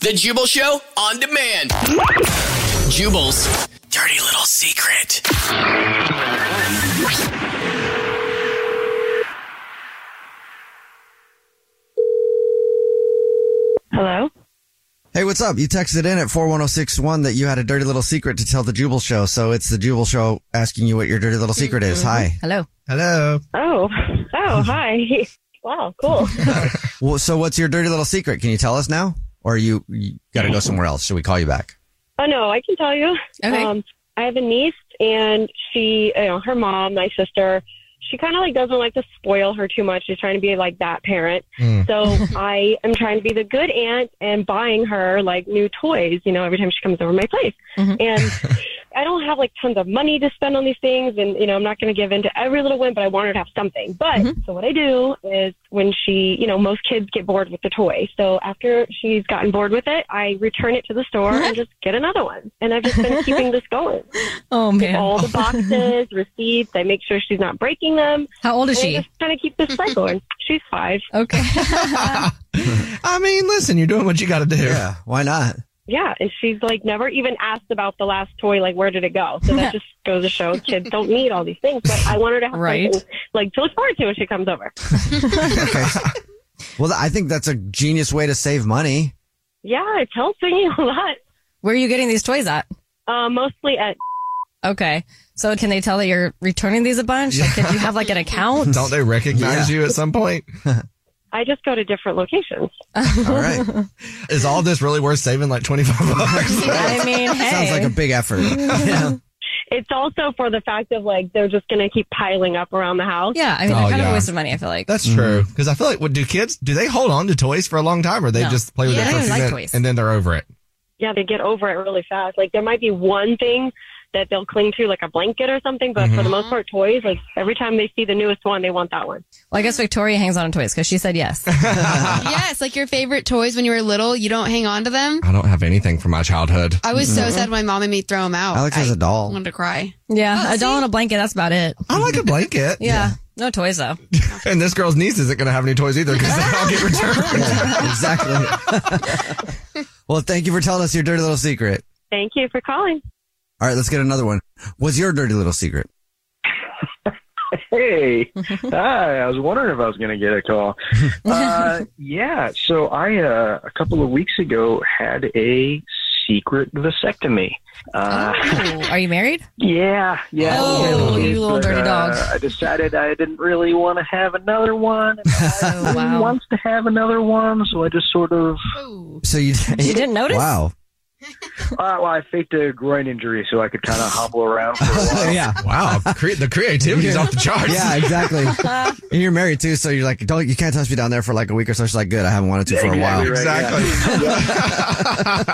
The Jubal Show on demand. Jubal's dirty little secret. Hello? Hey, what's up? You texted in at 41061 that you had a dirty little secret to tell the Jubal Show. So it's the Jubal Show asking you what your dirty little secret is. Hi. Mm-hmm. Hello. Hello. Oh. Oh, hi. Wow, cool. Well, so what's your dirty little secret? Can you tell us now? Or you, you got to go somewhere else? Should we call you back? Oh no, I can tell you. Okay. Um, I have a niece, and she, you know, her mom, my sister, she kind of like doesn't like to spoil her too much. She's trying to be like that parent. Hmm. So I am trying to be the good aunt and buying her like new toys, you know, every time she comes over my place. Mhm. And I don't have like tons of money to spend on these things, and you know, I'm not going to give in to every little whim, but I want her to have something. But Mm-hmm. so what I do is when she, you know, most kids get bored with the toy. So after she's gotten bored with it, I return it to the store and just get another one. And I've just been keeping this going. Oh Get all the boxes, receipts. I make sure she's not breaking them. How old is And I she? just kind of keep this cycle. And she's five. Okay. I mean, listen, you're doing what you got to do. Yeah. Why not? Yeah, and she's like never even asked about the last toy, like where did it go? So that just goes to show kids don't need all these things. But I want her to have Right. something, like to look forward to when she comes over. Okay. well, I think that's a genius way to save money. Yeah, it's helping a lot. Where are you getting these toys at? Uh, mostly at Okay. So can they tell that you're returning these a bunch? Like, if you have like an account? Don't they recognize Yeah. you at some point? I just go to different locations. All right. Is all this really worth saving like 25 bucks? I mean, hey. Sounds like a big effort. Yeah. It's also for the fact of like they're just gonna keep piling up around the house. yeah, I mean, they're Oh, kind of a yeah. waste of money, I feel like. That's true. Because I feel like, what do kids, do they hold on to toys for a long time or they No. just play with Yeah, it they for a don't few like minutes toys. and then they're over it? Yeah, they get over it really fast. Like there might be one thing that they'll cling to, like a blanket or something, but Mm-hmm. for the most part, toys. Like every time they see the newest one, they want that one. Well, I guess Victoria hangs on to toys because she said yes. yes, like your favorite toys when you were little, you don't hang on to them. I don't have anything from my childhood. I was so sad my mom and me throw them out. Alex has I a doll. wanted to cry. Oh, yeah, a doll and a blanket, that's about it. I like a blanket. Yeah. No toys, though. And this girl's niece isn't going to have any toys either because they all get returned. Yeah, exactly. well, thank you for telling us your dirty little secret. Thank you for calling. All right, let's get another one. What's your dirty little secret? Hey, hi. I was wondering if I was going to get a call. Uh, yeah, so I uh, a couple of weeks ago had a secret vasectomy. Uh, Oh, are you married? yeah, yeah. Oh, I had the you kids, little but, dirty uh, dog. I decided I didn't really want to have another one. and I Oh, wow. wants to have another one, so I just sort of So you, She didn't notice? Wow. uh, well, I faked a groin injury so I could kind of hobble around for a while. yeah. wow. Cre- the creativity's off the charts. Yeah, exactly. and you're married too, so you're like, don't you can't touch me down there for like a week or so. She's like, good, I haven't wanted to Yeah, for a exactly while. right, yeah. Exactly.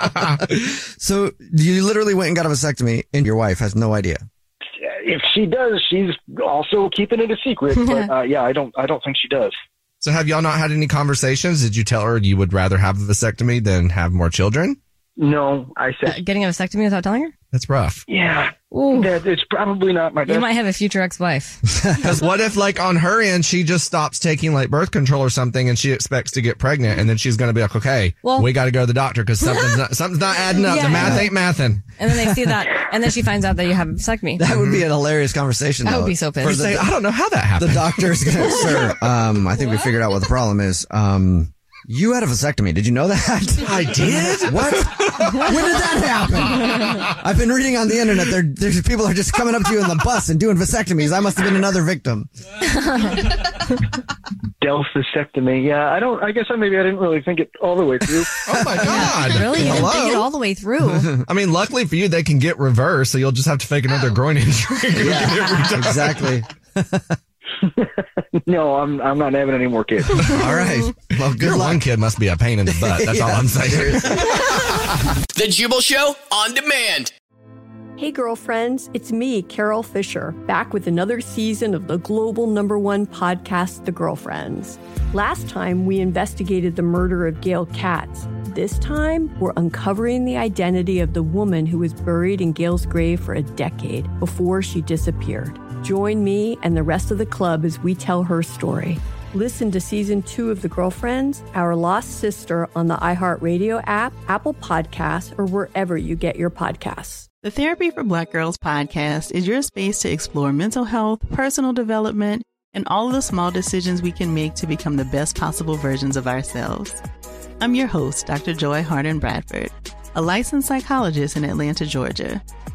So you literally went and got a vasectomy, and your wife has no idea. If she does, she's also keeping it a secret. But uh, yeah, I don't. I don't think she does. So have y'all not had any conversations? Did you tell her you would rather have a vasectomy than have more children? No, I said Getting a vasectomy without telling her? That's rough. Yeah. That, it's probably not my You best. might have a future ex-wife. Because what if, like, on her end, she just stops taking like birth control or something, and she expects to get pregnant, and then she's going to be like, "Okay, Well- we got to go to the doctor because something's not, something's not adding up. Yeah. The math ain't mathing." And then they see that, and then she finds out that you have a vasectomy. That would be an hilarious conversation. I would though. be so pissed. For You'd say, "I don't know how that happened. The doctor is going to, sir, um, I think we figured out what the problem is. Um, you had a vasectomy. Did you know that? I did? What? when did that happen? I've been reading on the internet. There, there's people are just coming up to you in the bus and doing vasectomies. I must have been another victim. Delph vasectomy. Yeah, I don't. I guess I maybe I didn't really think it all the way through. oh my god! Really? You didn't think it Hello? all the way through. I mean, luckily for you, they can get reversed, so you'll just have to fake Oh. another groin injury. exactly. no, I'm I'm not having any more kids. All right. Well, Your one kid must be a pain in the butt. That's all I'm saying. The Jubal Show on demand. Hey, girlfriends, it's me, Carol Fisher, back with another season of the global number one podcast, The Girlfriends. Last time, we investigated the murder of Gail Katz. This time, we're uncovering the identity of the woman who was buried in Gail's grave for a decade before she disappeared. Join me and the rest of the club as we tell her story. Listen to season two of The Girlfriends, Our Lost Sister on the iHeartRadio app, Apple Podcasts, or wherever you get your podcasts. The Therapy for Black Girls podcast is your space to explore mental health, personal development, and all of the small decisions we can make to become the best possible versions of ourselves. I'm your host, Dr. Joy Harden Bradford, a licensed psychologist in Atlanta, Georgia,